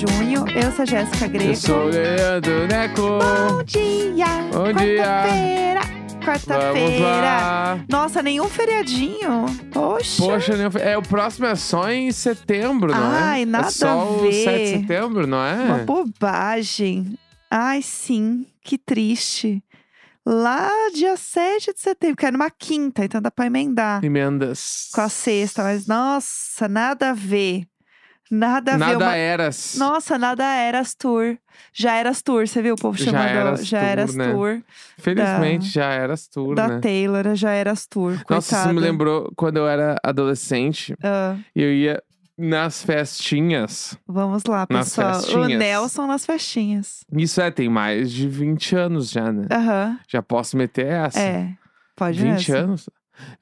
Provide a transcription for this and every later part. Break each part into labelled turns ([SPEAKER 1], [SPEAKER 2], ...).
[SPEAKER 1] um é essa Jéssica Greco.
[SPEAKER 2] Eu sou o Leandro Neco.
[SPEAKER 1] Bom dia!
[SPEAKER 2] Bom dia.
[SPEAKER 1] Quarta-feira!
[SPEAKER 2] Vamos
[SPEAKER 1] Quarta-feira!
[SPEAKER 2] lá.
[SPEAKER 1] Nossa, nenhum feriadinho. Poxa!
[SPEAKER 2] Poxa, nem... é, o próximo é só em setembro, não é?
[SPEAKER 1] Ai, nada
[SPEAKER 2] é só
[SPEAKER 1] a
[SPEAKER 2] o
[SPEAKER 1] ver.
[SPEAKER 2] 7 de setembro, não
[SPEAKER 1] Uma
[SPEAKER 2] é?
[SPEAKER 1] bobagem. Ai, sim, que triste. Lá dia 7 de setembro, que é numa quinta, então dá pra emendar
[SPEAKER 2] Emendas.
[SPEAKER 1] com a sexta, mas nossa, nada a ver. Nada a ver.
[SPEAKER 2] Nada é.
[SPEAKER 1] uma-
[SPEAKER 2] eras.
[SPEAKER 1] Nossa, nada eras tour. Já eras tour, você viu o povo
[SPEAKER 2] Já
[SPEAKER 1] chamando?
[SPEAKER 2] eras
[SPEAKER 1] já
[SPEAKER 2] tour,
[SPEAKER 1] eras
[SPEAKER 2] né?
[SPEAKER 1] tour.
[SPEAKER 2] Felizmente já eras tour,
[SPEAKER 1] da
[SPEAKER 2] né?
[SPEAKER 1] Taylor, já eras tour.
[SPEAKER 2] Nossa, isso me
[SPEAKER 1] coitada.
[SPEAKER 2] lembrou quando eu era adolescente
[SPEAKER 1] Ah,
[SPEAKER 2] e eu ia nas festinhas.
[SPEAKER 1] vamos lá,
[SPEAKER 2] Nas
[SPEAKER 1] pessoal. o
[SPEAKER 2] festinhas.
[SPEAKER 1] Nelson nas festinhas.
[SPEAKER 2] Isso é, tem mais de 20 anos já, né?
[SPEAKER 1] Aham.
[SPEAKER 2] Já posso meter essa.
[SPEAKER 1] É. Pode
[SPEAKER 2] 20
[SPEAKER 1] nessa.
[SPEAKER 2] anos?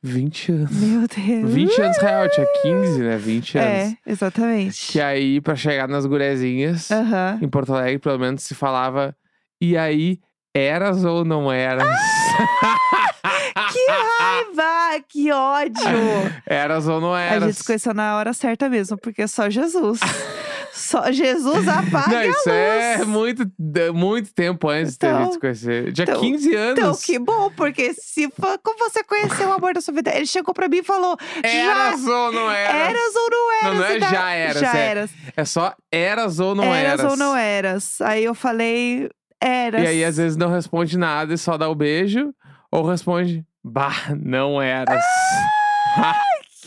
[SPEAKER 2] 20 anos.
[SPEAKER 1] Meu Deus.
[SPEAKER 2] 20 anos real, tinha 15, né? 20 anos.
[SPEAKER 1] É, exatamente.
[SPEAKER 2] Que Ah! aí, pra chegar nas gurezinhas,
[SPEAKER 1] Aham.
[SPEAKER 2] em Porto Alegre, pelo menos, se falava. E aí, eras ou não eras?
[SPEAKER 1] Que raiva! Que ódio!
[SPEAKER 2] eras ou não
[SPEAKER 1] A
[SPEAKER 2] eras?
[SPEAKER 1] gente se conheceu na hora certa mesmo, porque só Jesus. só Jesus apaga
[SPEAKER 2] não, isso
[SPEAKER 1] a luz.
[SPEAKER 2] é muito, de- muito tempo antes da
[SPEAKER 1] Então-
[SPEAKER 2] gente se conhecer. Já
[SPEAKER 1] então-
[SPEAKER 2] 15 anos.
[SPEAKER 1] Então, que bom, porque se for, como você conheceu o amor da sua vida, ele chegou pra mim e falou: já
[SPEAKER 2] Eras ou não eras?
[SPEAKER 1] eras ou não eras?
[SPEAKER 2] Não, não é
[SPEAKER 1] E da-
[SPEAKER 2] já eras,
[SPEAKER 1] Já
[SPEAKER 2] é
[SPEAKER 1] eras.
[SPEAKER 2] É só eras ou não
[SPEAKER 1] eras
[SPEAKER 2] eras.
[SPEAKER 1] ou não eras. Aí eu falei: eras.
[SPEAKER 2] E aí, às vezes, não responde nada e só dá o beijo. Ou responde, bah, não eras.
[SPEAKER 1] Ah!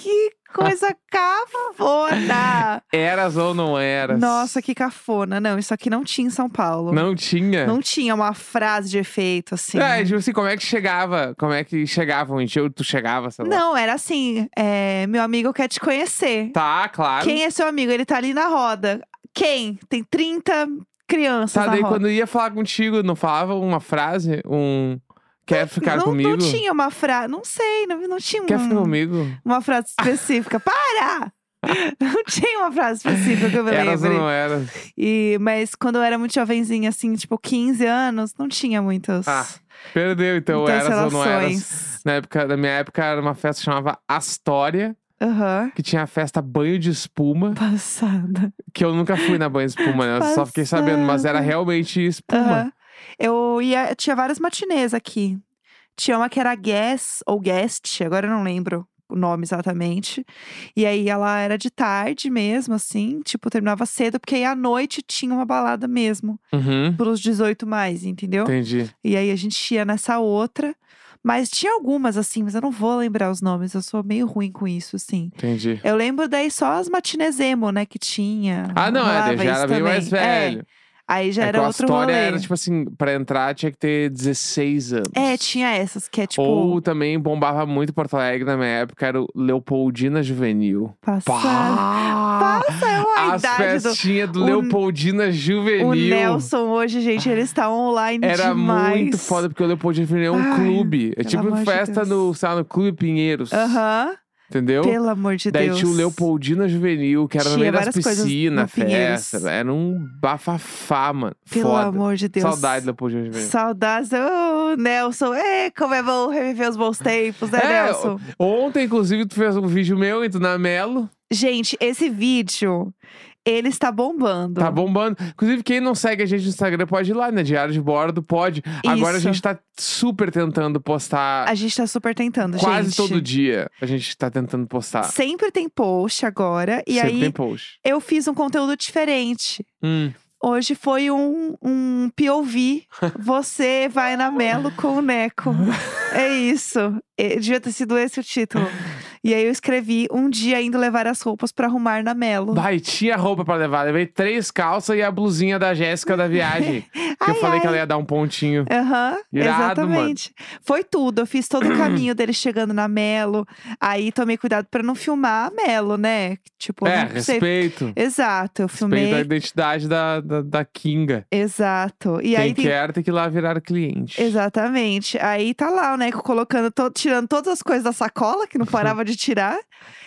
[SPEAKER 1] Que coisa cafona!
[SPEAKER 2] Eras ou não eras?
[SPEAKER 1] Nossa, que cafona. Não, isso aqui não tinha em São Paulo.
[SPEAKER 2] Não tinha.
[SPEAKER 1] Não tinha uma frase de efeito, assim.
[SPEAKER 2] É, tipo assim, como é que chegava? Como é que chegavam? em ti? Ou tu chegava, sei lá.
[SPEAKER 1] Não, era assim, é, meu amigo quer te conhecer.
[SPEAKER 2] Tá, claro.
[SPEAKER 1] Quem é seu amigo? Ele tá ali na roda. Quem? Tem 30 crianças
[SPEAKER 2] tá,
[SPEAKER 1] na
[SPEAKER 2] daí
[SPEAKER 1] roda.
[SPEAKER 2] quando ia falar contigo, não falava uma frase? Um. Quer ficar
[SPEAKER 1] não,
[SPEAKER 2] comigo?
[SPEAKER 1] não tinha uma frase, não sei, não, não tinha
[SPEAKER 2] Quer
[SPEAKER 1] um-
[SPEAKER 2] ficar comigo?
[SPEAKER 1] uma frase específica. Para! Não tinha uma frase específica que eu me
[SPEAKER 2] Eras ou
[SPEAKER 1] lembre.
[SPEAKER 2] não eras?
[SPEAKER 1] E, mas quando eu era muito jovenzinha, assim, tipo 15 anos, não tinha muitos,
[SPEAKER 2] Ah, Perdeu, então,
[SPEAKER 1] muitas
[SPEAKER 2] eras ou não eras.
[SPEAKER 1] relações.
[SPEAKER 2] Na, época, na minha época era uma festa que chamava Astoria,
[SPEAKER 1] Aham.
[SPEAKER 2] que tinha a festa banho de espuma,
[SPEAKER 1] Passada.
[SPEAKER 2] que eu nunca fui na banho de espuma, né? Eu só fiquei sabendo, mas
[SPEAKER 1] Passada.
[SPEAKER 2] era realmente espuma.
[SPEAKER 1] Aham. Eu ia. Tinha várias matinês aqui. Tinha uma que era Guess ou Guest, agora eu não lembro o nome exatamente. E aí ela era de tarde mesmo, assim, tipo, terminava cedo, porque aí à noite tinha uma balada mesmo,
[SPEAKER 2] Uhum,
[SPEAKER 1] pros 18 mais, entendeu?
[SPEAKER 2] Entendi.
[SPEAKER 1] E aí a gente ia nessa outra. Mas tinha algumas, assim, mas eu não vou lembrar os nomes, eu sou meio ruim com isso, assim.
[SPEAKER 2] Entendi.
[SPEAKER 1] Eu lembro daí só as matinês emo, né, que tinha.
[SPEAKER 2] Ah, não, é,
[SPEAKER 1] rolava
[SPEAKER 2] daí
[SPEAKER 1] isso
[SPEAKER 2] já era bem
[SPEAKER 1] também.
[SPEAKER 2] mais
[SPEAKER 1] É,
[SPEAKER 2] velho.
[SPEAKER 1] aí já
[SPEAKER 2] É que
[SPEAKER 1] era
[SPEAKER 2] a
[SPEAKER 1] outro
[SPEAKER 2] história
[SPEAKER 1] rolê.
[SPEAKER 2] era, tipo assim, pra entrar tinha que ter 16 anos.
[SPEAKER 1] É, tinha essas que é tipo.
[SPEAKER 2] Ou também bombava muito Porto Alegre na minha época, era o Leopoldina Juvenil.
[SPEAKER 1] Passar.
[SPEAKER 2] Pá!
[SPEAKER 1] Passa é uma
[SPEAKER 2] As
[SPEAKER 1] idade do.
[SPEAKER 2] festinhas do,
[SPEAKER 1] o-
[SPEAKER 2] Leopoldina Juvenil.
[SPEAKER 1] O Nelson hoje, gente, ele está online
[SPEAKER 2] Era
[SPEAKER 1] demais.
[SPEAKER 2] muito foda, porque o Leopoldina Juvenil é um
[SPEAKER 1] Ai,
[SPEAKER 2] clube. É
[SPEAKER 1] pelo
[SPEAKER 2] tipo
[SPEAKER 1] amor de
[SPEAKER 2] festa
[SPEAKER 1] Deus.
[SPEAKER 2] no, sei lá, no Clube Pinheiros.
[SPEAKER 1] Aham,
[SPEAKER 2] Entendeu?
[SPEAKER 1] pelo amor de
[SPEAKER 2] Daí
[SPEAKER 1] Deus.
[SPEAKER 2] tinha o Leopoldina Juvenil, que era no
[SPEAKER 1] Tinha
[SPEAKER 2] meio das
[SPEAKER 1] várias coisas no
[SPEAKER 2] piscinas,
[SPEAKER 1] Pinheiros.
[SPEAKER 2] festa. Era um bafafá, mano.
[SPEAKER 1] Pelo
[SPEAKER 2] foda.
[SPEAKER 1] amor de Deus.
[SPEAKER 2] Saudade do Leopoldina Juvenil.
[SPEAKER 1] Saudades. Ô, Nelson. É, como é bom reviver os bons tempos, né,
[SPEAKER 2] É,
[SPEAKER 1] Nelson?
[SPEAKER 2] Ontem, inclusive, tu fez um vídeo meu e tu na Melo.
[SPEAKER 1] Gente, esse vídeo, ele está bombando.
[SPEAKER 2] Tá bombando. Inclusive, quem não segue a gente no Instagram pode ir lá, né? Diário de Bordo, pode. Agora a
[SPEAKER 1] Isso.
[SPEAKER 2] gente tá super tentando postar
[SPEAKER 1] A gente tá super tentando,
[SPEAKER 2] quase
[SPEAKER 1] gente.
[SPEAKER 2] todo dia. A gente tá tentando postar.
[SPEAKER 1] Sempre tem post agora. E
[SPEAKER 2] Sempre
[SPEAKER 1] aí,
[SPEAKER 2] tem post.
[SPEAKER 1] eu fiz um conteúdo diferente.
[SPEAKER 2] Hum.
[SPEAKER 1] Hoje foi um, um POV. Você vai na Melo com o Neco. É isso. É, Devia ter sido esse o título. E aí eu escrevi um dia indo levar as roupas pra arrumar na Melo.
[SPEAKER 2] Vai, tinha roupa pra levar. Levei três calças e a blusinha da Jéssica da viagem. que eu
[SPEAKER 1] Ai,
[SPEAKER 2] falei que
[SPEAKER 1] ai.
[SPEAKER 2] ela ia dar um pontinho.
[SPEAKER 1] Aham,
[SPEAKER 2] Irado,
[SPEAKER 1] exatamente. Foi tudo. Eu fiz todo o caminho dele chegando na Melo. Aí tomei cuidado pra não filmar a Melo, né? Tipo, eu
[SPEAKER 2] é,
[SPEAKER 1] não sei-
[SPEAKER 2] respeito.
[SPEAKER 1] Exato, eu
[SPEAKER 2] Respeito à
[SPEAKER 1] filmei.
[SPEAKER 2] identidade da, da, da Kinga.
[SPEAKER 1] Exato. E
[SPEAKER 2] quem
[SPEAKER 1] aí tem
[SPEAKER 2] quer tem que ir lá virar cliente.
[SPEAKER 1] Exatamente. Aí tá lá o Neco colocando, to- tirando todas as coisas da sacola, que não parava de tirar.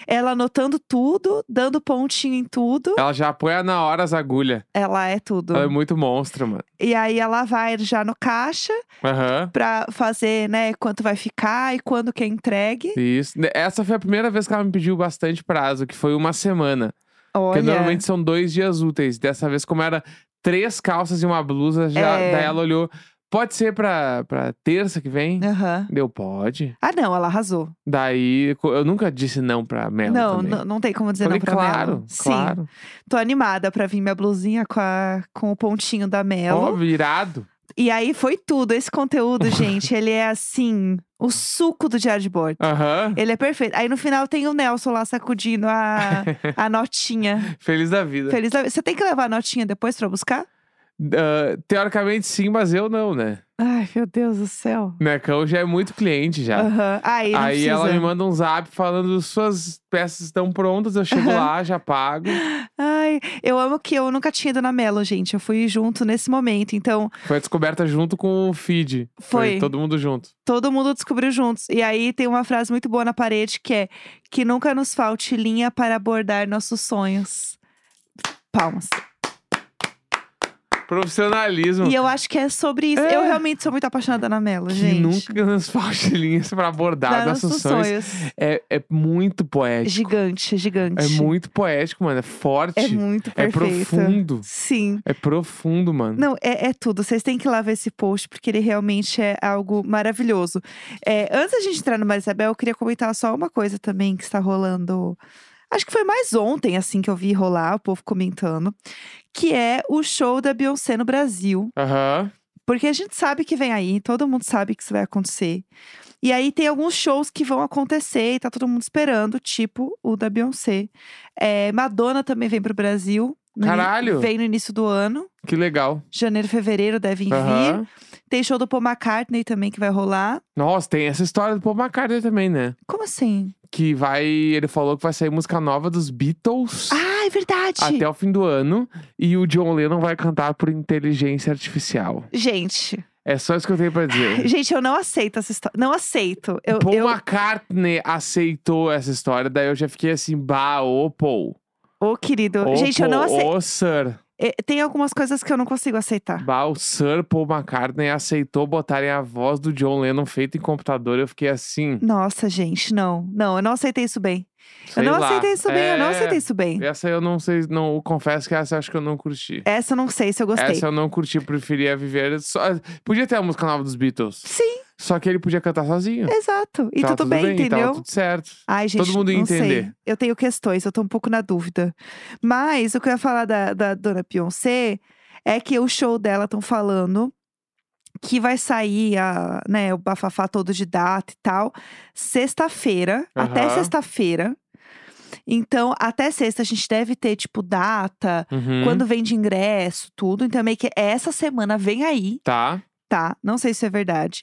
[SPEAKER 1] Ela anotando tudo, dando pontinho em tudo.
[SPEAKER 2] Ela já apoia na hora as agulhas.
[SPEAKER 1] Ela é tudo.
[SPEAKER 2] Ela é muito monstra, mano.
[SPEAKER 1] E aí ela vai já no caixa
[SPEAKER 2] Aham.
[SPEAKER 1] pra fazer, né, quanto vai ficar e quando que é entregue.
[SPEAKER 2] Isso. Ne- Essa foi a primeira vez que ela me pediu bastante prazo, que foi uma semana.
[SPEAKER 1] Olha.
[SPEAKER 2] Porque normalmente são dois dias úteis. Dessa vez, como era três calças e uma blusa. Já,
[SPEAKER 1] É.
[SPEAKER 2] Daí ela olhou. Pode ser pra, pra terça que vem?
[SPEAKER 1] Aham.
[SPEAKER 2] Deu, pode.
[SPEAKER 1] Ah, não, ela arrasou.
[SPEAKER 2] Daí, co- eu nunca disse não pra Mel
[SPEAKER 1] não,
[SPEAKER 2] também.
[SPEAKER 1] não, não tem como dizer
[SPEAKER 2] Falei,
[SPEAKER 1] não pra
[SPEAKER 2] claro,
[SPEAKER 1] Melo. Sim,
[SPEAKER 2] claro.
[SPEAKER 1] tô animada pra vir minha blusinha com, a- com o pontinho da Melo.
[SPEAKER 2] Ó, virado.
[SPEAKER 1] E aí foi tudo. Esse conteúdo, gente, ele é assim, o suco do diário de bordo.
[SPEAKER 2] Aham.
[SPEAKER 1] Ele é perfeito. Aí no final tem o Nelson lá sacudindo a, a notinha.
[SPEAKER 2] Feliz da vida.
[SPEAKER 1] Feliz da... Você tem que levar a notinha depois pra buscar?
[SPEAKER 2] Ah, teoricamente sim, mas eu não, né?
[SPEAKER 1] Ai, meu Deus do céu. Necão
[SPEAKER 2] Necão já é muito cliente já.
[SPEAKER 1] Aham. Aí, não
[SPEAKER 2] Aí ela
[SPEAKER 1] precisa.
[SPEAKER 2] me manda um zap falando suas peças estão prontas, eu chego lá, já pago.
[SPEAKER 1] Ai, eu amo que eu nunca tinha ido na Melo, gente. Eu fui junto nesse momento. Então,
[SPEAKER 2] Foi a descoberta junto com o feed.
[SPEAKER 1] Foi.
[SPEAKER 2] todo mundo junto.
[SPEAKER 1] todo mundo descobriu juntos. E aí tem uma frase muito boa na parede que é: Que nunca nos falte linha para abordar nossos sonhos. Palmas.
[SPEAKER 2] Profissionalismo.
[SPEAKER 1] E eu acho que é sobre isso.
[SPEAKER 2] É.
[SPEAKER 1] Eu realmente sou muito apaixonada na Melo,
[SPEAKER 2] que
[SPEAKER 1] gente.
[SPEAKER 2] nunca nos falte linhas pra abordar
[SPEAKER 1] Dar
[SPEAKER 2] nossos
[SPEAKER 1] nossos
[SPEAKER 2] sonhos.
[SPEAKER 1] sonhos.
[SPEAKER 2] É, é muito poético.
[SPEAKER 1] Gigante, gigante.
[SPEAKER 2] É muito poético, mano. É forte.
[SPEAKER 1] É muito
[SPEAKER 2] é
[SPEAKER 1] perfeito.
[SPEAKER 2] profundo.
[SPEAKER 1] Sim.
[SPEAKER 2] É profundo, mano.
[SPEAKER 1] Não, é, é tudo. Vocês têm que ir lá ver esse post, porque ele realmente é algo maravilhoso. É, antes da gente entrar no Marisabel, eu queria comentar só uma coisa também que está rolando. Acho que foi mais ontem, assim, que eu vi rolar o povo comentando, que é o show da Beyoncé no Brasil.
[SPEAKER 2] Aham.
[SPEAKER 1] Porque a gente sabe que vem aí, todo mundo sabe que isso vai acontecer. E aí tem alguns shows que vão acontecer e tá todo mundo esperando, tipo o da Beyoncé. É, Madonna também vem pro Brasil. no ini-
[SPEAKER 2] Caralho!
[SPEAKER 1] Vem no início do ano.
[SPEAKER 2] Que legal.
[SPEAKER 1] Janeiro, fevereiro devem vir.
[SPEAKER 2] Aham.
[SPEAKER 1] Tem show do Paul McCartney também que vai rolar.
[SPEAKER 2] Nossa, tem essa história do Paul McCartney também, né?
[SPEAKER 1] Como assim?
[SPEAKER 2] Que vai. Ele falou que vai sair música nova dos Beatles
[SPEAKER 1] Ah, é verdade!
[SPEAKER 2] até o fim do ano. E o John Lennon vai cantar por inteligência artificial.
[SPEAKER 1] Gente,
[SPEAKER 2] É só isso que eu tenho pra dizer.
[SPEAKER 1] gente, eu não aceito essa história. Não aceito. Eu,
[SPEAKER 2] Paul
[SPEAKER 1] eu...
[SPEAKER 2] McCartney aceitou essa história, daí eu já fiquei assim, bah, ô Paul.
[SPEAKER 1] Ô, querido.
[SPEAKER 2] Ô,
[SPEAKER 1] gente, eu não aceito.
[SPEAKER 2] Paul, Ô, Sir.
[SPEAKER 1] Eh, Tem algumas coisas que eu não consigo aceitar.
[SPEAKER 2] Bah, o Sir Paul McCartney aceitou botarem a voz do John Lennon feita em computador. Eu fiquei assim.
[SPEAKER 1] Nossa, gente, não. Não, eu não aceitei isso bem.
[SPEAKER 2] sei
[SPEAKER 1] eu não
[SPEAKER 2] lá.
[SPEAKER 1] aceitei isso bem, eu não
[SPEAKER 2] É,
[SPEAKER 1] aceitei isso bem.
[SPEAKER 2] Essa eu não sei, não, eu confesso que essa eu acho que eu não curti.
[SPEAKER 1] Essa eu não sei se eu gostei.
[SPEAKER 2] É. Essa eu não curti, eu preferia viver. Só... Podia ter a música nova dos Beatles.
[SPEAKER 1] Sim,
[SPEAKER 2] Só que ele podia cantar sozinho.
[SPEAKER 1] exato. E tá
[SPEAKER 2] Tava
[SPEAKER 1] tudo, bem, entendeu?
[SPEAKER 2] Tava Tá tudo então, certo.
[SPEAKER 1] Ai, gente,
[SPEAKER 2] Todo mundo ia
[SPEAKER 1] não sei.
[SPEAKER 2] entender.
[SPEAKER 1] Eu tenho questões, eu tô um pouco na dúvida. Mas o que eu ia falar da, da dona Beyoncé é que o show dela estão falando que vai sair a, né, o bafafá todo de data e tal, sexta-feira, até
[SPEAKER 2] Aham.
[SPEAKER 1] sexta-feira. Então, até sexta a gente deve ter tipo data,
[SPEAKER 2] Uhum.
[SPEAKER 1] quando vende ingresso, tudo. Então meio que essa semana vem aí,
[SPEAKER 2] Tá.
[SPEAKER 1] Tá, não sei se é verdade.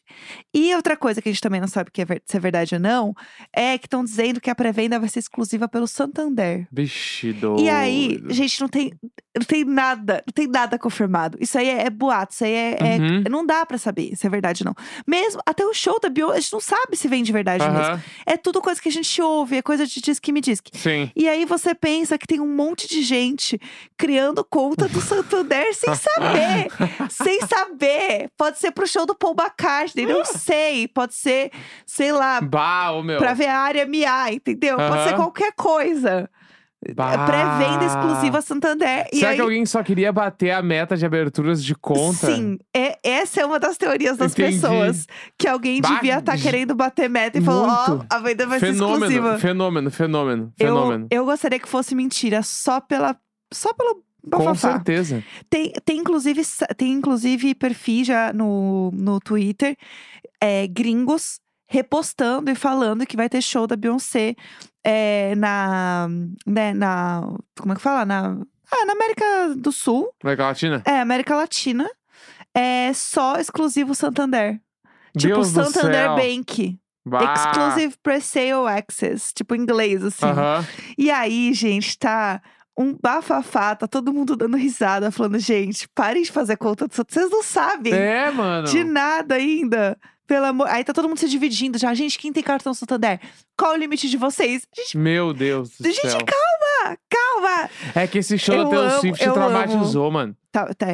[SPEAKER 1] E outra coisa que a gente também não sabe que é ver- se é verdade ou não, é que estão dizendo que a pré-venda vai ser exclusiva pelo Santander.
[SPEAKER 2] Vixe,
[SPEAKER 1] E aí,
[SPEAKER 2] doido.
[SPEAKER 1] gente, não tem, não tem nada, não tem nada confirmado. Isso aí é, é boato, isso aí é. é-
[SPEAKER 2] Uhum.
[SPEAKER 1] não dá pra saber se é verdade ou não. Mesmo até o show da Bio, a gente não sabe se vem de verdade mesmo.
[SPEAKER 2] Aham.
[SPEAKER 1] É tudo coisa que a gente ouve, é coisa de diz que me diz.
[SPEAKER 2] Sim.
[SPEAKER 1] E aí você pensa que tem um monte de gente criando conta do Santander sem saber. sem saber. Pode ser pro show do Paul McCartney, não sei. Pode ser, sei lá,
[SPEAKER 2] Bah, ô meu.
[SPEAKER 1] pra ver a área MIA, entendeu? Pode ser
[SPEAKER 2] Aham.
[SPEAKER 1] qualquer coisa. É
[SPEAKER 2] Bah.
[SPEAKER 1] Pré-venda exclusiva Santander. e
[SPEAKER 2] Será
[SPEAKER 1] aí,
[SPEAKER 2] que alguém só queria bater a meta de aberturas de conta?
[SPEAKER 1] Sim, é, essa é uma das teorias das
[SPEAKER 2] Entendi.
[SPEAKER 1] pessoas. Que alguém
[SPEAKER 2] Bah,
[SPEAKER 1] devia estar
[SPEAKER 2] gi-
[SPEAKER 1] querendo bater meta e falou: ó,
[SPEAKER 2] Muito.
[SPEAKER 1] a venda vai ser exclusiva.
[SPEAKER 2] Fenômeno, fenômeno, fenômeno, fenômeno.
[SPEAKER 1] Eu, eu gostaria que fosse mentira, só pela. Só pelo
[SPEAKER 2] Com
[SPEAKER 1] bafafá.
[SPEAKER 2] certeza.
[SPEAKER 1] Tem, tem, inclusive, sa- tem inclusive perfis já no, no Twitter, é, gringos, repostando e falando que vai ter show da Beyoncé é, na. Né, na. Como é que fala? Na. Ah, na América do Sul.
[SPEAKER 2] América Latina?
[SPEAKER 1] É, América Latina. É só exclusivo Santander. tipo
[SPEAKER 2] Deus do
[SPEAKER 1] Santander
[SPEAKER 2] céu.
[SPEAKER 1] Bank.
[SPEAKER 2] Bah.
[SPEAKER 1] Exclusive Pre-Sale Access. Tipo em inglês, assim.
[SPEAKER 2] Aham.
[SPEAKER 1] E aí, gente, tá um bafafá, tá todo mundo dando risada, falando, gente, parem de fazer conta dos outros. Vocês não sabem
[SPEAKER 2] É, mano.
[SPEAKER 1] de nada ainda. Pelo amor. Aí tá todo mundo se dividindo já. Gente, quem tem cartão Santander? Qual o limite de vocês? Gente,
[SPEAKER 2] Meu Deus do
[SPEAKER 1] Gente,
[SPEAKER 2] céu.
[SPEAKER 1] calma, calma.
[SPEAKER 2] É que esse show
[SPEAKER 1] Eu
[SPEAKER 2] da Taylor
[SPEAKER 1] amo,
[SPEAKER 2] Swift
[SPEAKER 1] eu
[SPEAKER 2] traumatizou, mano.
[SPEAKER 1] Tá, tá.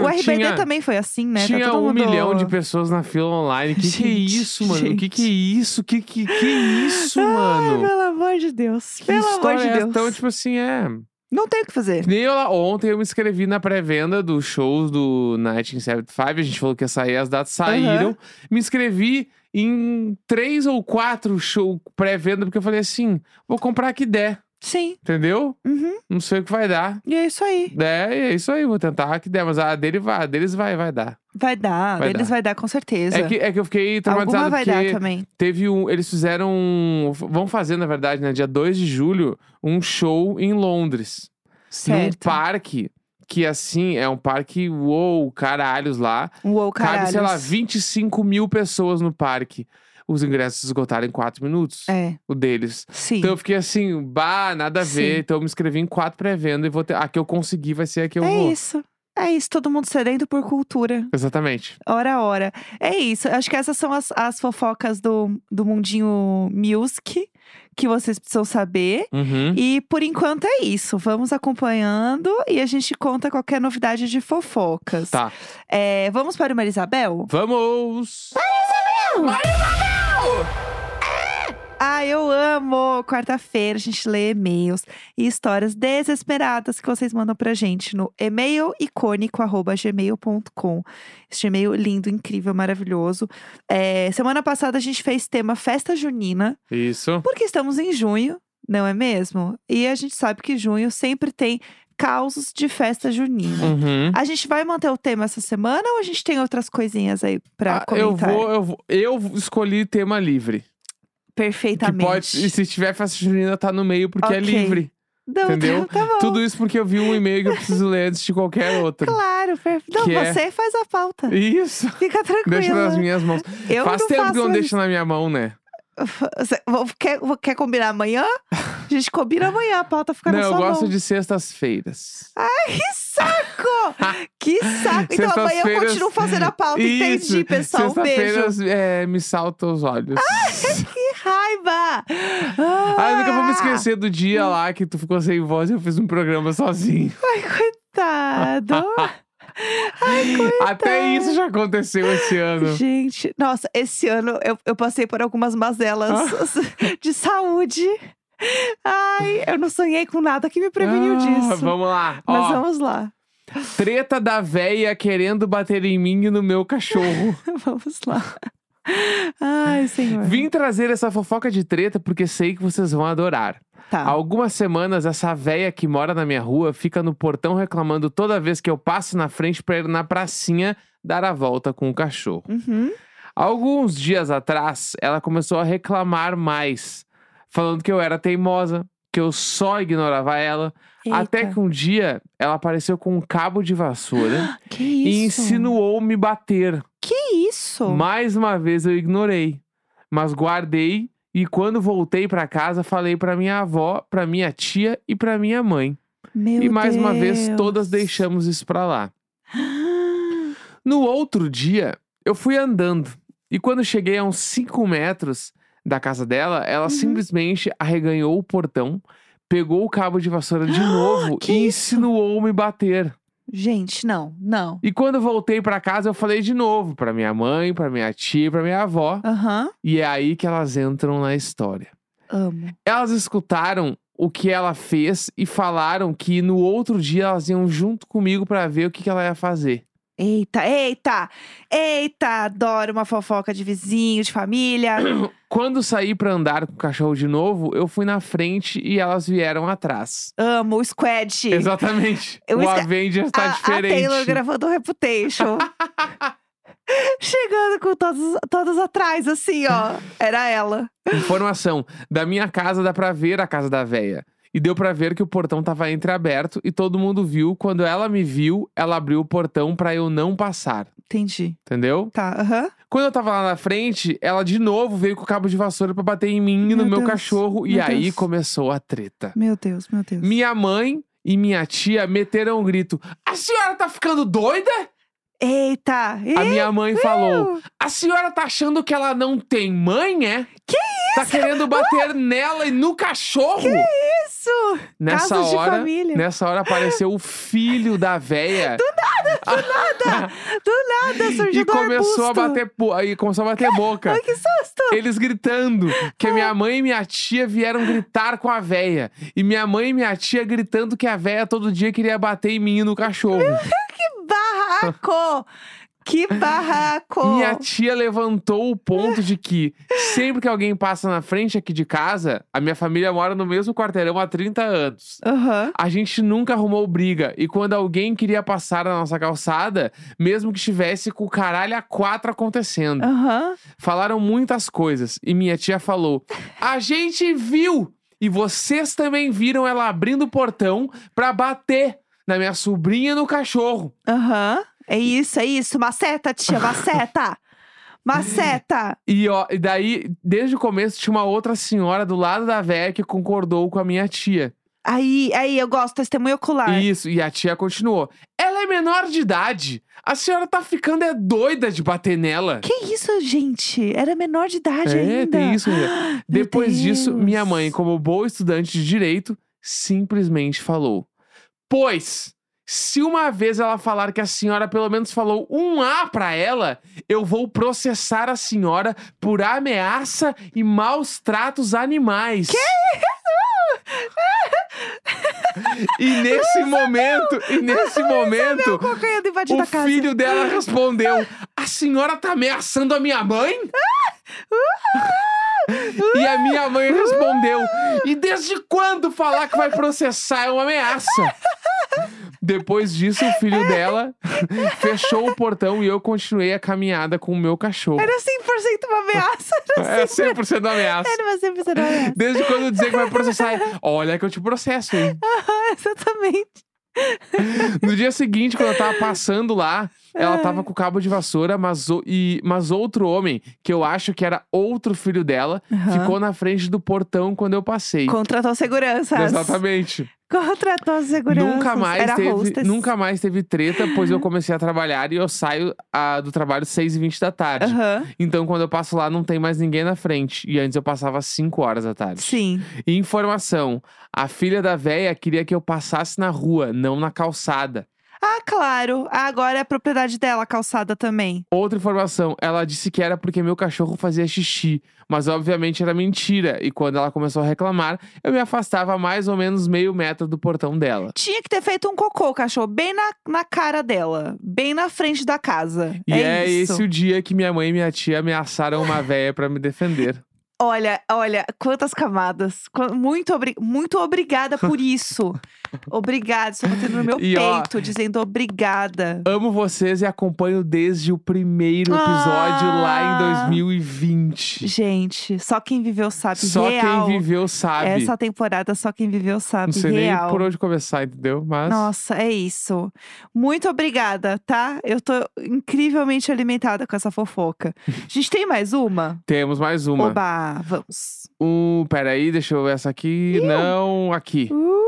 [SPEAKER 1] O RBD
[SPEAKER 2] Tinha-
[SPEAKER 1] também foi assim, né? Tá
[SPEAKER 2] Tinha
[SPEAKER 1] todo
[SPEAKER 2] um
[SPEAKER 1] mundo-
[SPEAKER 2] milhão de pessoas na fila online. Que que é
[SPEAKER 1] Gente,
[SPEAKER 2] isso, mano? Que que é isso? Que que, que é isso,
[SPEAKER 1] Ai,
[SPEAKER 2] mano?
[SPEAKER 1] pelo amor de Deus.
[SPEAKER 2] Que
[SPEAKER 1] pelo amor
[SPEAKER 2] história
[SPEAKER 1] de
[SPEAKER 2] é essa?
[SPEAKER 1] Deus.
[SPEAKER 2] Então, tipo assim, é.
[SPEAKER 1] Não tem o que fazer.
[SPEAKER 2] Que nem eu lá, ontem eu me inscrevi na pré-venda dos shows do 1975. A gente falou que ia sair, as datas saíram.
[SPEAKER 1] Aham.
[SPEAKER 2] Me inscrevi em três ou quatro shows pré-venda, porque eu falei assim: vou comprar que der,
[SPEAKER 1] Sim.
[SPEAKER 2] entendeu?
[SPEAKER 1] Uhum.
[SPEAKER 2] Não sei o que vai dar.
[SPEAKER 1] E é isso aí.
[SPEAKER 2] É, e é isso aí, vou tentar a que der, mas a dele vai, a deles vai, vai dar.
[SPEAKER 1] Vai dar.
[SPEAKER 2] Vai
[SPEAKER 1] Eles
[SPEAKER 2] dar.
[SPEAKER 1] vai dar com certeza.
[SPEAKER 2] É que, é que eu fiquei traumatizado
[SPEAKER 1] Alguma vai
[SPEAKER 2] porque
[SPEAKER 1] dar também.
[SPEAKER 2] teve um. Eles fizeram. um- Vão fazer, na verdade, né? Dia 2 de julho, um show em Londres. Num
[SPEAKER 1] Certo.
[SPEAKER 2] parque que, assim, é um parque, uou, caralhos lá.
[SPEAKER 1] Um Uou,
[SPEAKER 2] Cabe, sei lá,
[SPEAKER 1] caralhos.
[SPEAKER 2] 25 mil pessoas no parque. Os ingressos se esgotaram em 4 minutos,
[SPEAKER 1] É,
[SPEAKER 2] o deles.
[SPEAKER 1] sim.
[SPEAKER 2] Então eu fiquei assim, bah, nada a ver.
[SPEAKER 1] Sim.
[SPEAKER 2] Então eu me inscrevi em quatro pré-venda e vou ter. A que eu consegui vai ser a que eu
[SPEAKER 1] é
[SPEAKER 2] vou.
[SPEAKER 1] isso. É isso, todo mundo sedento por cultura.
[SPEAKER 2] Exatamente.
[SPEAKER 1] Hora a hora. É isso. Acho que essas são as, as fofocas do, do mundinho music que vocês precisam saber.
[SPEAKER 2] Uhum.
[SPEAKER 1] E por enquanto é isso. Vamos acompanhando e a gente conta qualquer novidade de fofocas.
[SPEAKER 2] Tá.
[SPEAKER 1] É, vamos para uma Isabel?
[SPEAKER 2] Vamos!
[SPEAKER 1] Ah, eu amo! Quarta-feira a gente lê e-mails e histórias desesperadas que vocês mandam pra gente no e-mailicônico.gmail.com. Esse e-mail lindo, incrível, maravilhoso. É, semana passada a gente fez tema Festa Junina,
[SPEAKER 2] Isso.
[SPEAKER 1] porque estamos em junho, não é mesmo? E a gente sabe que junho sempre tem causos de festa junina.
[SPEAKER 2] Uhum.
[SPEAKER 1] A gente vai manter o tema essa semana ou a gente tem outras coisinhas aí pra
[SPEAKER 2] Ah, eu
[SPEAKER 1] comentar?
[SPEAKER 2] vou, eu vou. Eu escolhi tema livre. Que
[SPEAKER 1] Perfeitamente.
[SPEAKER 2] pode. E se tiver festa junina, tá no meio porque é
[SPEAKER 1] Ok.
[SPEAKER 2] livre.
[SPEAKER 1] Não, tá-
[SPEAKER 2] entendeu?
[SPEAKER 1] Tá bom.
[SPEAKER 2] Tudo isso porque eu vi um e-mail que eu preciso ler antes de qualquer outro.
[SPEAKER 1] Claro, perfe- Não,
[SPEAKER 2] Que é-
[SPEAKER 1] você faz a pauta.
[SPEAKER 2] Isso.
[SPEAKER 1] Fica tranquila.
[SPEAKER 2] Deixa nas minhas mãos.
[SPEAKER 1] Eu
[SPEAKER 2] Faz
[SPEAKER 1] não
[SPEAKER 2] tempo
[SPEAKER 1] faço
[SPEAKER 2] que eu não
[SPEAKER 1] mais
[SPEAKER 2] deixo na minha mão, né?
[SPEAKER 1] isso. Você- vou- Quer, vou- quer combinar amanhã? A gente combina amanhã, a pauta fica
[SPEAKER 2] não,
[SPEAKER 1] na
[SPEAKER 2] eu
[SPEAKER 1] sua
[SPEAKER 2] gosto
[SPEAKER 1] mão.
[SPEAKER 2] de sextas-feiras.
[SPEAKER 1] Que saco! que saco! Então amanhã eu
[SPEAKER 2] Sextas-feiras-
[SPEAKER 1] continuo fazendo a pauta.
[SPEAKER 2] Isso.
[SPEAKER 1] Entendi, pessoal. Um beijo.
[SPEAKER 2] Sexta-feiras é, me salta os olhos.
[SPEAKER 1] Que raiva! Ah,
[SPEAKER 2] Ah, eu nunca vou me esquecer do dia lá que tu ficou sem voz e eu fiz um programa sozinho.
[SPEAKER 1] Ai, coitado. Ai, coitado.
[SPEAKER 2] Até isso já aconteceu esse ano.
[SPEAKER 1] Gente, nossa, esse ano eu, eu passei por algumas mazelas
[SPEAKER 2] Ah.
[SPEAKER 1] de saúde. Ai, eu não sonhei com nada que me preveniu
[SPEAKER 2] Ah,
[SPEAKER 1] disso.
[SPEAKER 2] Vamos lá.
[SPEAKER 1] Mas
[SPEAKER 2] Ó,
[SPEAKER 1] vamos lá,
[SPEAKER 2] Treta da véia querendo bater em mim e no meu cachorro.
[SPEAKER 1] vamos lá. Ai, senhor.
[SPEAKER 2] Vim trazer essa fofoca de treta porque sei que vocês vão adorar.
[SPEAKER 1] Tá.
[SPEAKER 2] Há algumas semanas, essa véia que mora na minha rua fica no portão reclamando toda vez que eu passo na frente pra ir na pracinha dar a volta com o cachorro.
[SPEAKER 1] Uhum.
[SPEAKER 2] Alguns dias atrás, ela começou a reclamar mais, falando que eu era teimosa, que eu só ignorava ela. Até
[SPEAKER 1] Eita,
[SPEAKER 2] que um dia, ela apareceu com um cabo de vassoura
[SPEAKER 1] Que
[SPEAKER 2] e
[SPEAKER 1] isso?
[SPEAKER 2] insinuou me bater.
[SPEAKER 1] Que isso?
[SPEAKER 2] Mais uma vez eu ignorei, mas guardei e quando voltei pra casa falei pra minha avó, pra minha tia e pra minha mãe.
[SPEAKER 1] Meu
[SPEAKER 2] e mais uma vez
[SPEAKER 1] Deus.
[SPEAKER 2] todas deixamos isso pra lá. No outro dia, eu fui andando e quando cheguei a uns 5 metros da casa dela, ela
[SPEAKER 1] Uhum.
[SPEAKER 2] simplesmente arreganhou o portão, pegou o cabo de vassoura de
[SPEAKER 1] Ah,
[SPEAKER 2] novo
[SPEAKER 1] que
[SPEAKER 2] e
[SPEAKER 1] isso?
[SPEAKER 2] insinuou me bater.
[SPEAKER 1] Gente, não, não.
[SPEAKER 2] E quando eu voltei pra casa, eu falei de novo pra minha mãe, pra minha tia, e pra minha avó.
[SPEAKER 1] Aham,
[SPEAKER 2] E é aí que elas entram na história.
[SPEAKER 1] amo.
[SPEAKER 2] Elas escutaram o que ela fez e falaram que no outro dia elas iam junto comigo pra ver o que, que ela ia fazer.
[SPEAKER 1] Eita, eita, eita, adoro uma fofoca de vizinho, de família.
[SPEAKER 2] Quando saí pra andar com o cachorro de novo, eu fui na frente e elas vieram atrás.
[SPEAKER 1] Amo o Squad.
[SPEAKER 2] Exatamente.
[SPEAKER 1] Eu
[SPEAKER 2] o
[SPEAKER 1] esque-
[SPEAKER 2] Avengers tá
[SPEAKER 1] a,
[SPEAKER 2] diferente.
[SPEAKER 1] a Taylor gravando o Reputation. Chegando com todos, todos atrás, assim, ó. Era ela.
[SPEAKER 2] Informação: da minha casa dá pra ver a casa da véia. E deu pra ver que o portão tava entreaberto e todo mundo viu. Quando ela me viu, ela abriu o portão pra eu não passar.
[SPEAKER 1] Entendi.
[SPEAKER 2] Entendeu?
[SPEAKER 1] Tá, aham.
[SPEAKER 2] Quando eu tava lá na frente, ela de novo veio com o cabo de vassoura pra bater em mim e no
[SPEAKER 1] Meu
[SPEAKER 2] meu
[SPEAKER 1] Deus,
[SPEAKER 2] cachorro. E
[SPEAKER 1] meu
[SPEAKER 2] aí
[SPEAKER 1] Deus.
[SPEAKER 2] começou a treta.
[SPEAKER 1] Meu Deus, meu Deus.
[SPEAKER 2] Minha mãe e minha tia meteram um grito: A senhora tá ficando doida?
[SPEAKER 1] Eita!
[SPEAKER 2] A
[SPEAKER 1] Ih,
[SPEAKER 2] minha mãe falou: A senhora tá achando que ela não tem mãe, é? Que isso? Tá querendo bater nela e no cachorro?
[SPEAKER 1] isso! isso!
[SPEAKER 2] Nessa
[SPEAKER 1] Casos de
[SPEAKER 2] hora,
[SPEAKER 1] família.
[SPEAKER 2] nessa hora apareceu o filho da véia
[SPEAKER 1] Do nada surgiu
[SPEAKER 2] e
[SPEAKER 1] do
[SPEAKER 2] começou a
[SPEAKER 1] arbusto.
[SPEAKER 2] bater bo- aí começou a bater boca.
[SPEAKER 1] Ai, que susto!
[SPEAKER 2] Eles gritando que a minha mãe e minha tia vieram gritar com a véia. E minha mãe e minha tia gritando que a véia todo dia queria bater em mim e no cachorro.
[SPEAKER 1] Que barraco! Que barraco!
[SPEAKER 2] Minha tia levantou o ponto de que sempre que alguém passa na frente aqui de casa, a minha família mora no mesmo quarteirão há 30 anos.
[SPEAKER 1] Aham.
[SPEAKER 2] A gente nunca arrumou briga. E quando alguém queria passar na nossa calçada, mesmo que estivesse com o caralho a quatro acontecendo.
[SPEAKER 1] Aham.
[SPEAKER 2] Falaram muitas coisas. E minha tia falou: A gente viu! E vocês também viram ela abrindo o portão pra bater na minha sobrinha e no cachorro.
[SPEAKER 1] Aham. É isso, é isso. Maceta, tia, maceta! Maceta!
[SPEAKER 2] E, ó, e daí, desde o começo, tinha uma outra senhora do lado da véia que concordou com a minha tia.
[SPEAKER 1] Aí, aí, eu gosto, testemunho ocular.
[SPEAKER 2] Isso, e a tia continuou. Ela é menor de idade. A senhora tá ficando é doida de bater nela.
[SPEAKER 1] Que isso, gente? Era menor de idade
[SPEAKER 2] é,
[SPEAKER 1] ainda.
[SPEAKER 2] tem isso ainda.
[SPEAKER 1] Meu
[SPEAKER 2] Depois disso,
[SPEAKER 1] Deus.
[SPEAKER 2] minha mãe, como boa estudante de direito, simplesmente falou: Pois, se uma vez ela falar que a senhora pelo menos falou um A pra ela, eu vou processar a senhora por ameaça e maus tratos a animais. Que e nesse momento, e nesse momento,
[SPEAKER 1] Qual que é a invadida
[SPEAKER 2] o
[SPEAKER 1] da casa?
[SPEAKER 2] filho dela respondeu: A senhora tá ameaçando a minha mãe? E a minha mãe respondeu: E desde quando falar que vai processar é uma ameaça? Depois disso, o filho dela fechou o portão e eu continuei a caminhada com o meu cachorro.
[SPEAKER 1] Era 100% uma ameaça.
[SPEAKER 2] É 100% uma ameaça.
[SPEAKER 1] Era uma 100% uma ameaça.
[SPEAKER 2] Desde quando dizer que vai processar, é, olha que eu te processo, hein?
[SPEAKER 1] Aham, Exatamente.
[SPEAKER 2] No dia seguinte, quando eu tava passando lá, ela tava com cabo de vassoura, mas, o- e, mas outro homem, que eu acho que era outro filho dela,
[SPEAKER 1] Aham.
[SPEAKER 2] ficou na frente do portão quando eu passei.
[SPEAKER 1] Contratou seguranças.
[SPEAKER 2] Exatamente.
[SPEAKER 1] Contratou seguranças.
[SPEAKER 2] Nunca mais
[SPEAKER 1] Era
[SPEAKER 2] teve,
[SPEAKER 1] hostess.
[SPEAKER 2] nunca mais teve treta, pois eu comecei a trabalhar e eu saio ah, do trabalho às 6h20 da tarde.
[SPEAKER 1] Aham.
[SPEAKER 2] Então, quando eu passo lá, não tem mais ninguém na frente. E antes eu passava às 5 horas da tarde.
[SPEAKER 1] Sim.
[SPEAKER 2] E Informação: a filha da véia queria que eu passasse na rua, não na calçada.
[SPEAKER 1] Ah, claro. Ah, agora é propriedade dela, a calçada também.
[SPEAKER 2] Outra informação, ela disse que era porque meu cachorro fazia xixi, mas obviamente era mentira. E quando ela começou a reclamar, eu me afastava mais ou menos meio metro do portão dela.
[SPEAKER 1] Tinha que ter feito um cocô, cachorro, bem na, na cara dela, bem na frente da casa.
[SPEAKER 2] E é,
[SPEAKER 1] isso.
[SPEAKER 2] esse o dia que minha mãe e minha tia ameaçaram uma véia pra me defender.
[SPEAKER 1] Olha, olha, quantas camadas. Qua- Muito, obri- muito obrigada por isso. obrigada, estou batendo no meu
[SPEAKER 2] E, ó,
[SPEAKER 1] peito, dizendo obrigada.
[SPEAKER 2] Amo vocês e acompanho desde o primeiro episódio
[SPEAKER 1] Ah.
[SPEAKER 2] lá em 2020.
[SPEAKER 1] Gente, só quem viveu sabe.
[SPEAKER 2] Só
[SPEAKER 1] Real.
[SPEAKER 2] quem viveu sabe.
[SPEAKER 1] Essa temporada, só quem viveu sabe.
[SPEAKER 2] Não sei
[SPEAKER 1] Real.
[SPEAKER 2] nem por onde começar, entendeu? Mas
[SPEAKER 1] Nossa, é isso. Muito obrigada, tá? Eu tô incrivelmente alimentada com essa fofoca. A gente tem mais uma?
[SPEAKER 2] temos mais uma.
[SPEAKER 1] Oba, vamos.
[SPEAKER 2] Um, peraí, deixa eu ver essa aqui. Não, aqui.
[SPEAKER 1] Uh,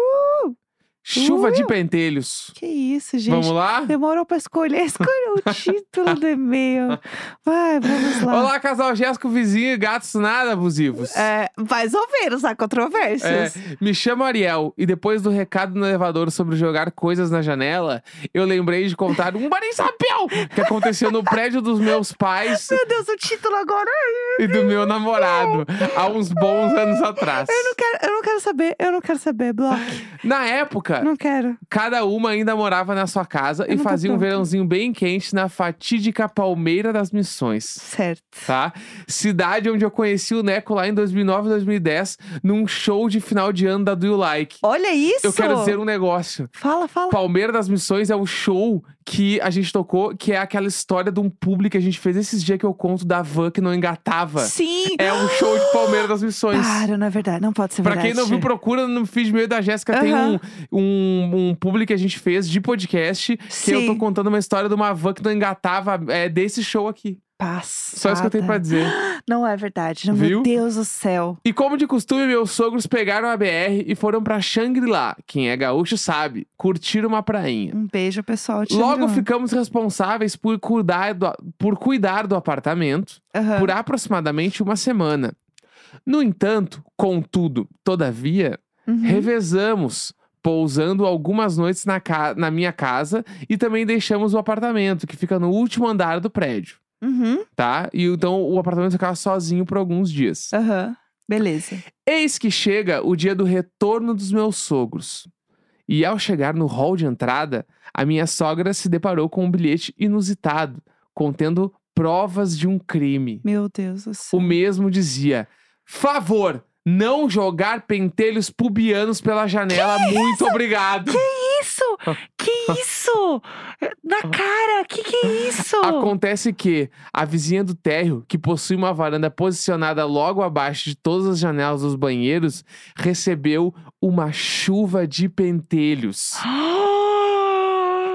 [SPEAKER 2] Chuva de pentelhos.
[SPEAKER 1] que isso, Uh! gente.
[SPEAKER 2] Vamos lá?
[SPEAKER 1] Demorou pra escolher. Escolheu o título do e-mail. Vai, vamos lá.
[SPEAKER 2] Olá, casal Jéssico, vizinho e gatos nada abusivos.
[SPEAKER 1] É, mais ou menos, há
[SPEAKER 2] É,
[SPEAKER 1] controvérsias.
[SPEAKER 2] me chamo Ariel e depois do recado no elevador sobre jogar coisas na janela, eu lembrei de contar um barinsapel que aconteceu no prédio dos meus pais
[SPEAKER 1] Meu Deus, o título agora.
[SPEAKER 2] e do meu namorado há uns bons anos atrás.
[SPEAKER 1] Eu não quero, eu não quero saber, eu não quero saber, Block.
[SPEAKER 2] Na época,
[SPEAKER 1] Não quero.
[SPEAKER 2] cada uma ainda morava na sua casa
[SPEAKER 1] Eu
[SPEAKER 2] e
[SPEAKER 1] não tô
[SPEAKER 2] fazia um
[SPEAKER 1] pronta.
[SPEAKER 2] verãozinho bem quente na fatídica Palmeira das Missões.
[SPEAKER 1] Certo.
[SPEAKER 2] tá? Cidade onde eu conheci o Neco lá em 2009, 2010, num show de final de ano da Do You Like.
[SPEAKER 1] Olha isso!
[SPEAKER 2] Eu quero dizer um negócio.
[SPEAKER 1] Fala, fala.
[SPEAKER 2] Palmeira das Missões é o show que a gente tocou, que é aquela história de um público que a gente fez esses dias que eu conto da van que não engatava.
[SPEAKER 1] Sim!
[SPEAKER 2] É o show de Palmeira das Missões.
[SPEAKER 1] Para, não é verdade. Não pode ser
[SPEAKER 2] Pra
[SPEAKER 1] verdade.
[SPEAKER 2] quem não viu, procura no feed meio da Jéssica. Tem um,
[SPEAKER 1] Aham.
[SPEAKER 2] um, um publi que a gente fez de podcast que eu tô
[SPEAKER 1] Sim.
[SPEAKER 2] contando uma história de uma van que não engatava é, desse show aqui.
[SPEAKER 1] Passada.
[SPEAKER 2] Só isso que eu tenho pra dizer.
[SPEAKER 1] Não é verdade. Não,
[SPEAKER 2] Viu?
[SPEAKER 1] Meu Deus do céu.
[SPEAKER 2] E como de costume, meus sogros pegaram a BR e foram pra Shangri-La. Quem é gaúcho sabe, curtir uma prainha.
[SPEAKER 1] Um beijo, pessoal. Te
[SPEAKER 2] Logo
[SPEAKER 1] amo.
[SPEAKER 2] ficamos responsáveis por cuidar do, por cuidar do apartamento
[SPEAKER 1] Aham.
[SPEAKER 2] por aproximadamente uma semana. No entanto, contudo, todavia,
[SPEAKER 1] Uhum.
[SPEAKER 2] Revezamos, pousando algumas noites na, ca- na minha casa e também deixamos o apartamento, que fica no último andar do prédio,
[SPEAKER 1] Uhum.
[SPEAKER 2] tá? E então o apartamento ficava sozinho por alguns dias.
[SPEAKER 1] Aham. Beleza.
[SPEAKER 2] Eis que chega o dia do retorno dos meus sogros. E ao chegar no hall de entrada, a minha sogra se deparou com um bilhete inusitado, contendo provas de um crime.
[SPEAKER 1] Meu Deus do céu.
[SPEAKER 2] O mesmo dizia: Favor, não jogar pentelhos pubianos pela janela, muito obrigado.
[SPEAKER 1] Isso!
[SPEAKER 2] Ah.
[SPEAKER 1] Que isso? Na cara, que que é isso?
[SPEAKER 2] Acontece que a vizinha do térreo, que possui uma varanda posicionada logo abaixo de todas as janelas dos banheiros, recebeu uma chuva de pentelhos.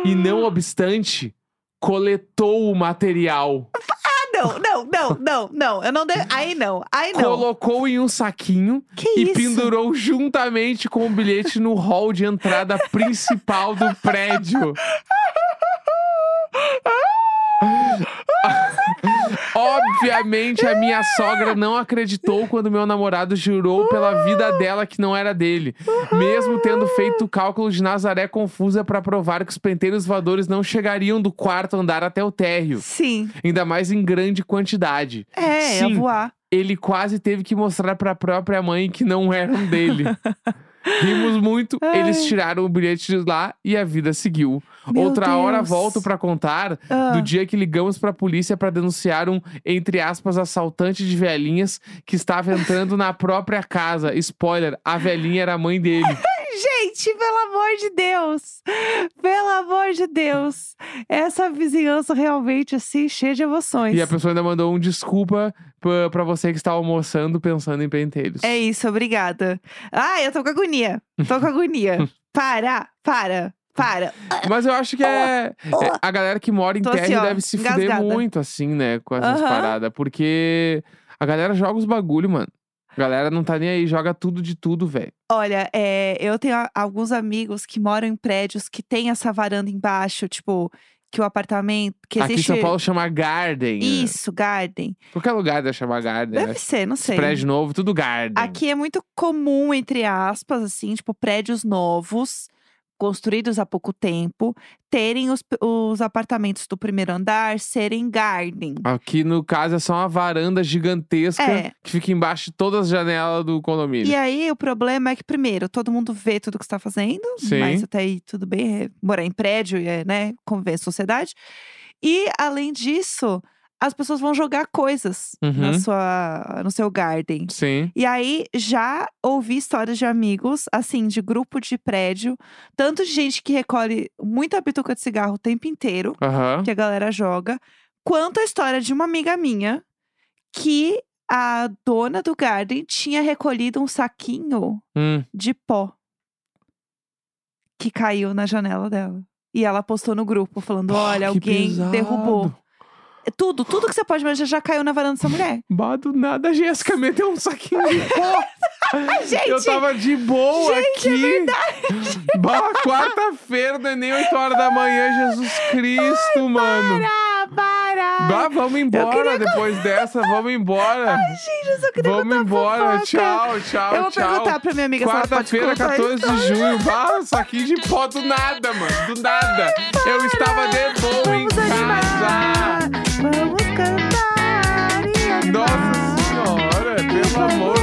[SPEAKER 2] E não obstante, coletou o material,
[SPEAKER 1] Ah, Não, não, não, não, não. Eu não de... Aí não, aí não.
[SPEAKER 2] colocou em um saquinho
[SPEAKER 1] Que
[SPEAKER 2] e
[SPEAKER 1] isso?
[SPEAKER 2] pendurou juntamente com o bilhete no hall de entrada principal do prédio. Obviamente a minha sogra não acreditou quando meu namorado jurou pela vida dela que não era dele, mesmo tendo feito o cálculo de Nazaré confusa para provar que os penteiros voadores não chegariam do quarto andar até o térreo,
[SPEAKER 1] Sim.
[SPEAKER 2] ainda mais em grande quantidade.
[SPEAKER 1] É,
[SPEAKER 2] Sim.
[SPEAKER 1] ia voar.
[SPEAKER 2] Ele quase teve que mostrar para a própria mãe que não eram dele. Rimos muito, eles tiraram o bilhete de lá e a vida seguiu.
[SPEAKER 1] Meu
[SPEAKER 2] Outra hora
[SPEAKER 1] Deus.
[SPEAKER 2] volto para contar
[SPEAKER 1] Ah.
[SPEAKER 2] do dia que ligamos pra polícia pra denunciar um, entre aspas, assaltante de velhinhas que estava entrando na própria casa. Spoiler, a velhinha era a mãe dele.
[SPEAKER 1] Gente, pelo amor de Deus! Pelo amor de Deus! Essa vizinhança realmente, assim, cheia de emoções.
[SPEAKER 2] e a pessoa ainda mandou um desculpa pra- pra você que está almoçando pensando em pentelhos.
[SPEAKER 1] É isso, obrigada. Ah, eu tô com agonia. Tô com agonia. Para, para, para.
[SPEAKER 2] Mas eu acho que é,
[SPEAKER 1] Oh, oh.
[SPEAKER 2] é- a galera que mora em
[SPEAKER 1] Tô
[SPEAKER 2] terra
[SPEAKER 1] assim, ó,
[SPEAKER 2] deve se fuder
[SPEAKER 1] engasgada.
[SPEAKER 2] muito, assim, né? Com essas
[SPEAKER 1] Aham.
[SPEAKER 2] paradas. Porque a galera joga os bagulho, mano. A galera não tá nem aí, joga tudo de tudo, velho.
[SPEAKER 1] Olha, é, eu tenho a- alguns amigos que moram em prédios que tem essa varanda embaixo, tipo, que o apartamento. Que
[SPEAKER 2] Aqui em
[SPEAKER 1] existe.
[SPEAKER 2] São Paulo chama Garden. né?
[SPEAKER 1] Isso, garden.
[SPEAKER 2] Qualquer lugar deve chamar Garden. né?
[SPEAKER 1] Deve ser, não sei.
[SPEAKER 2] Prédio novo, tudo Garden.
[SPEAKER 1] Aqui é muito comum, entre aspas, assim, tipo, prédios novos, construídos há pouco tempo, terem os, os apartamentos do primeiro andar serem garden.
[SPEAKER 2] Aqui, no caso, é só uma varanda gigantesca
[SPEAKER 1] É.
[SPEAKER 2] que fica embaixo de todas as janelas do condomínio.
[SPEAKER 1] E aí, o problema é que, primeiro, todo mundo vê tudo que você tá fazendo,
[SPEAKER 2] Sim.
[SPEAKER 1] mas até aí tudo bem, é morar em prédio, é, né, conviver em sociedade. E, além disso, as pessoas vão jogar coisas na
[SPEAKER 2] Uhum.
[SPEAKER 1] sua, no seu garden.
[SPEAKER 2] Sim.
[SPEAKER 1] E aí, já ouvi histórias de amigos, assim, de grupo de prédio, tanto de gente que recolhe muita bituca de cigarro o tempo inteiro,
[SPEAKER 2] Aham.
[SPEAKER 1] que a galera joga, quanto a história de uma amiga minha que a dona do garden tinha recolhido um saquinho
[SPEAKER 2] Hum.
[SPEAKER 1] de pó que caiu na janela dela. E ela postou no grupo falando: olha,
[SPEAKER 2] Ah, que
[SPEAKER 1] alguém
[SPEAKER 2] pesado.
[SPEAKER 1] derrubou. É Tudo, tudo que você pode imaginar já caiu na varanda dessa mulher.
[SPEAKER 2] Bah, do nada a Jéssica meteu um saquinho de pó.
[SPEAKER 1] Gente, é
[SPEAKER 2] Eu tava de boa aqui. Bah, quarta-feira, não é nem 8 horas da manhã, Jesus Cristo, mano.
[SPEAKER 1] para, para!
[SPEAKER 2] Bah, vamos embora depois dessa, vamos embora.
[SPEAKER 1] Gente, eu só queria
[SPEAKER 2] vamos
[SPEAKER 1] contar
[SPEAKER 2] embora,
[SPEAKER 1] fofoca.
[SPEAKER 2] tchau, tchau,
[SPEAKER 1] Eu vou
[SPEAKER 2] tchau.
[SPEAKER 1] perguntar pra minha amiga se ela pode
[SPEAKER 2] Quarta-feira,
[SPEAKER 1] contar
[SPEAKER 2] 14 de junho. Bah, saquinho de pó do nada, mano. Do nada. Eu estava de boa em
[SPEAKER 1] Vamos
[SPEAKER 2] casa.
[SPEAKER 1] animar! Vamos cantar! e
[SPEAKER 2] Nossa
[SPEAKER 1] amar.
[SPEAKER 2] Senhora, pelo amor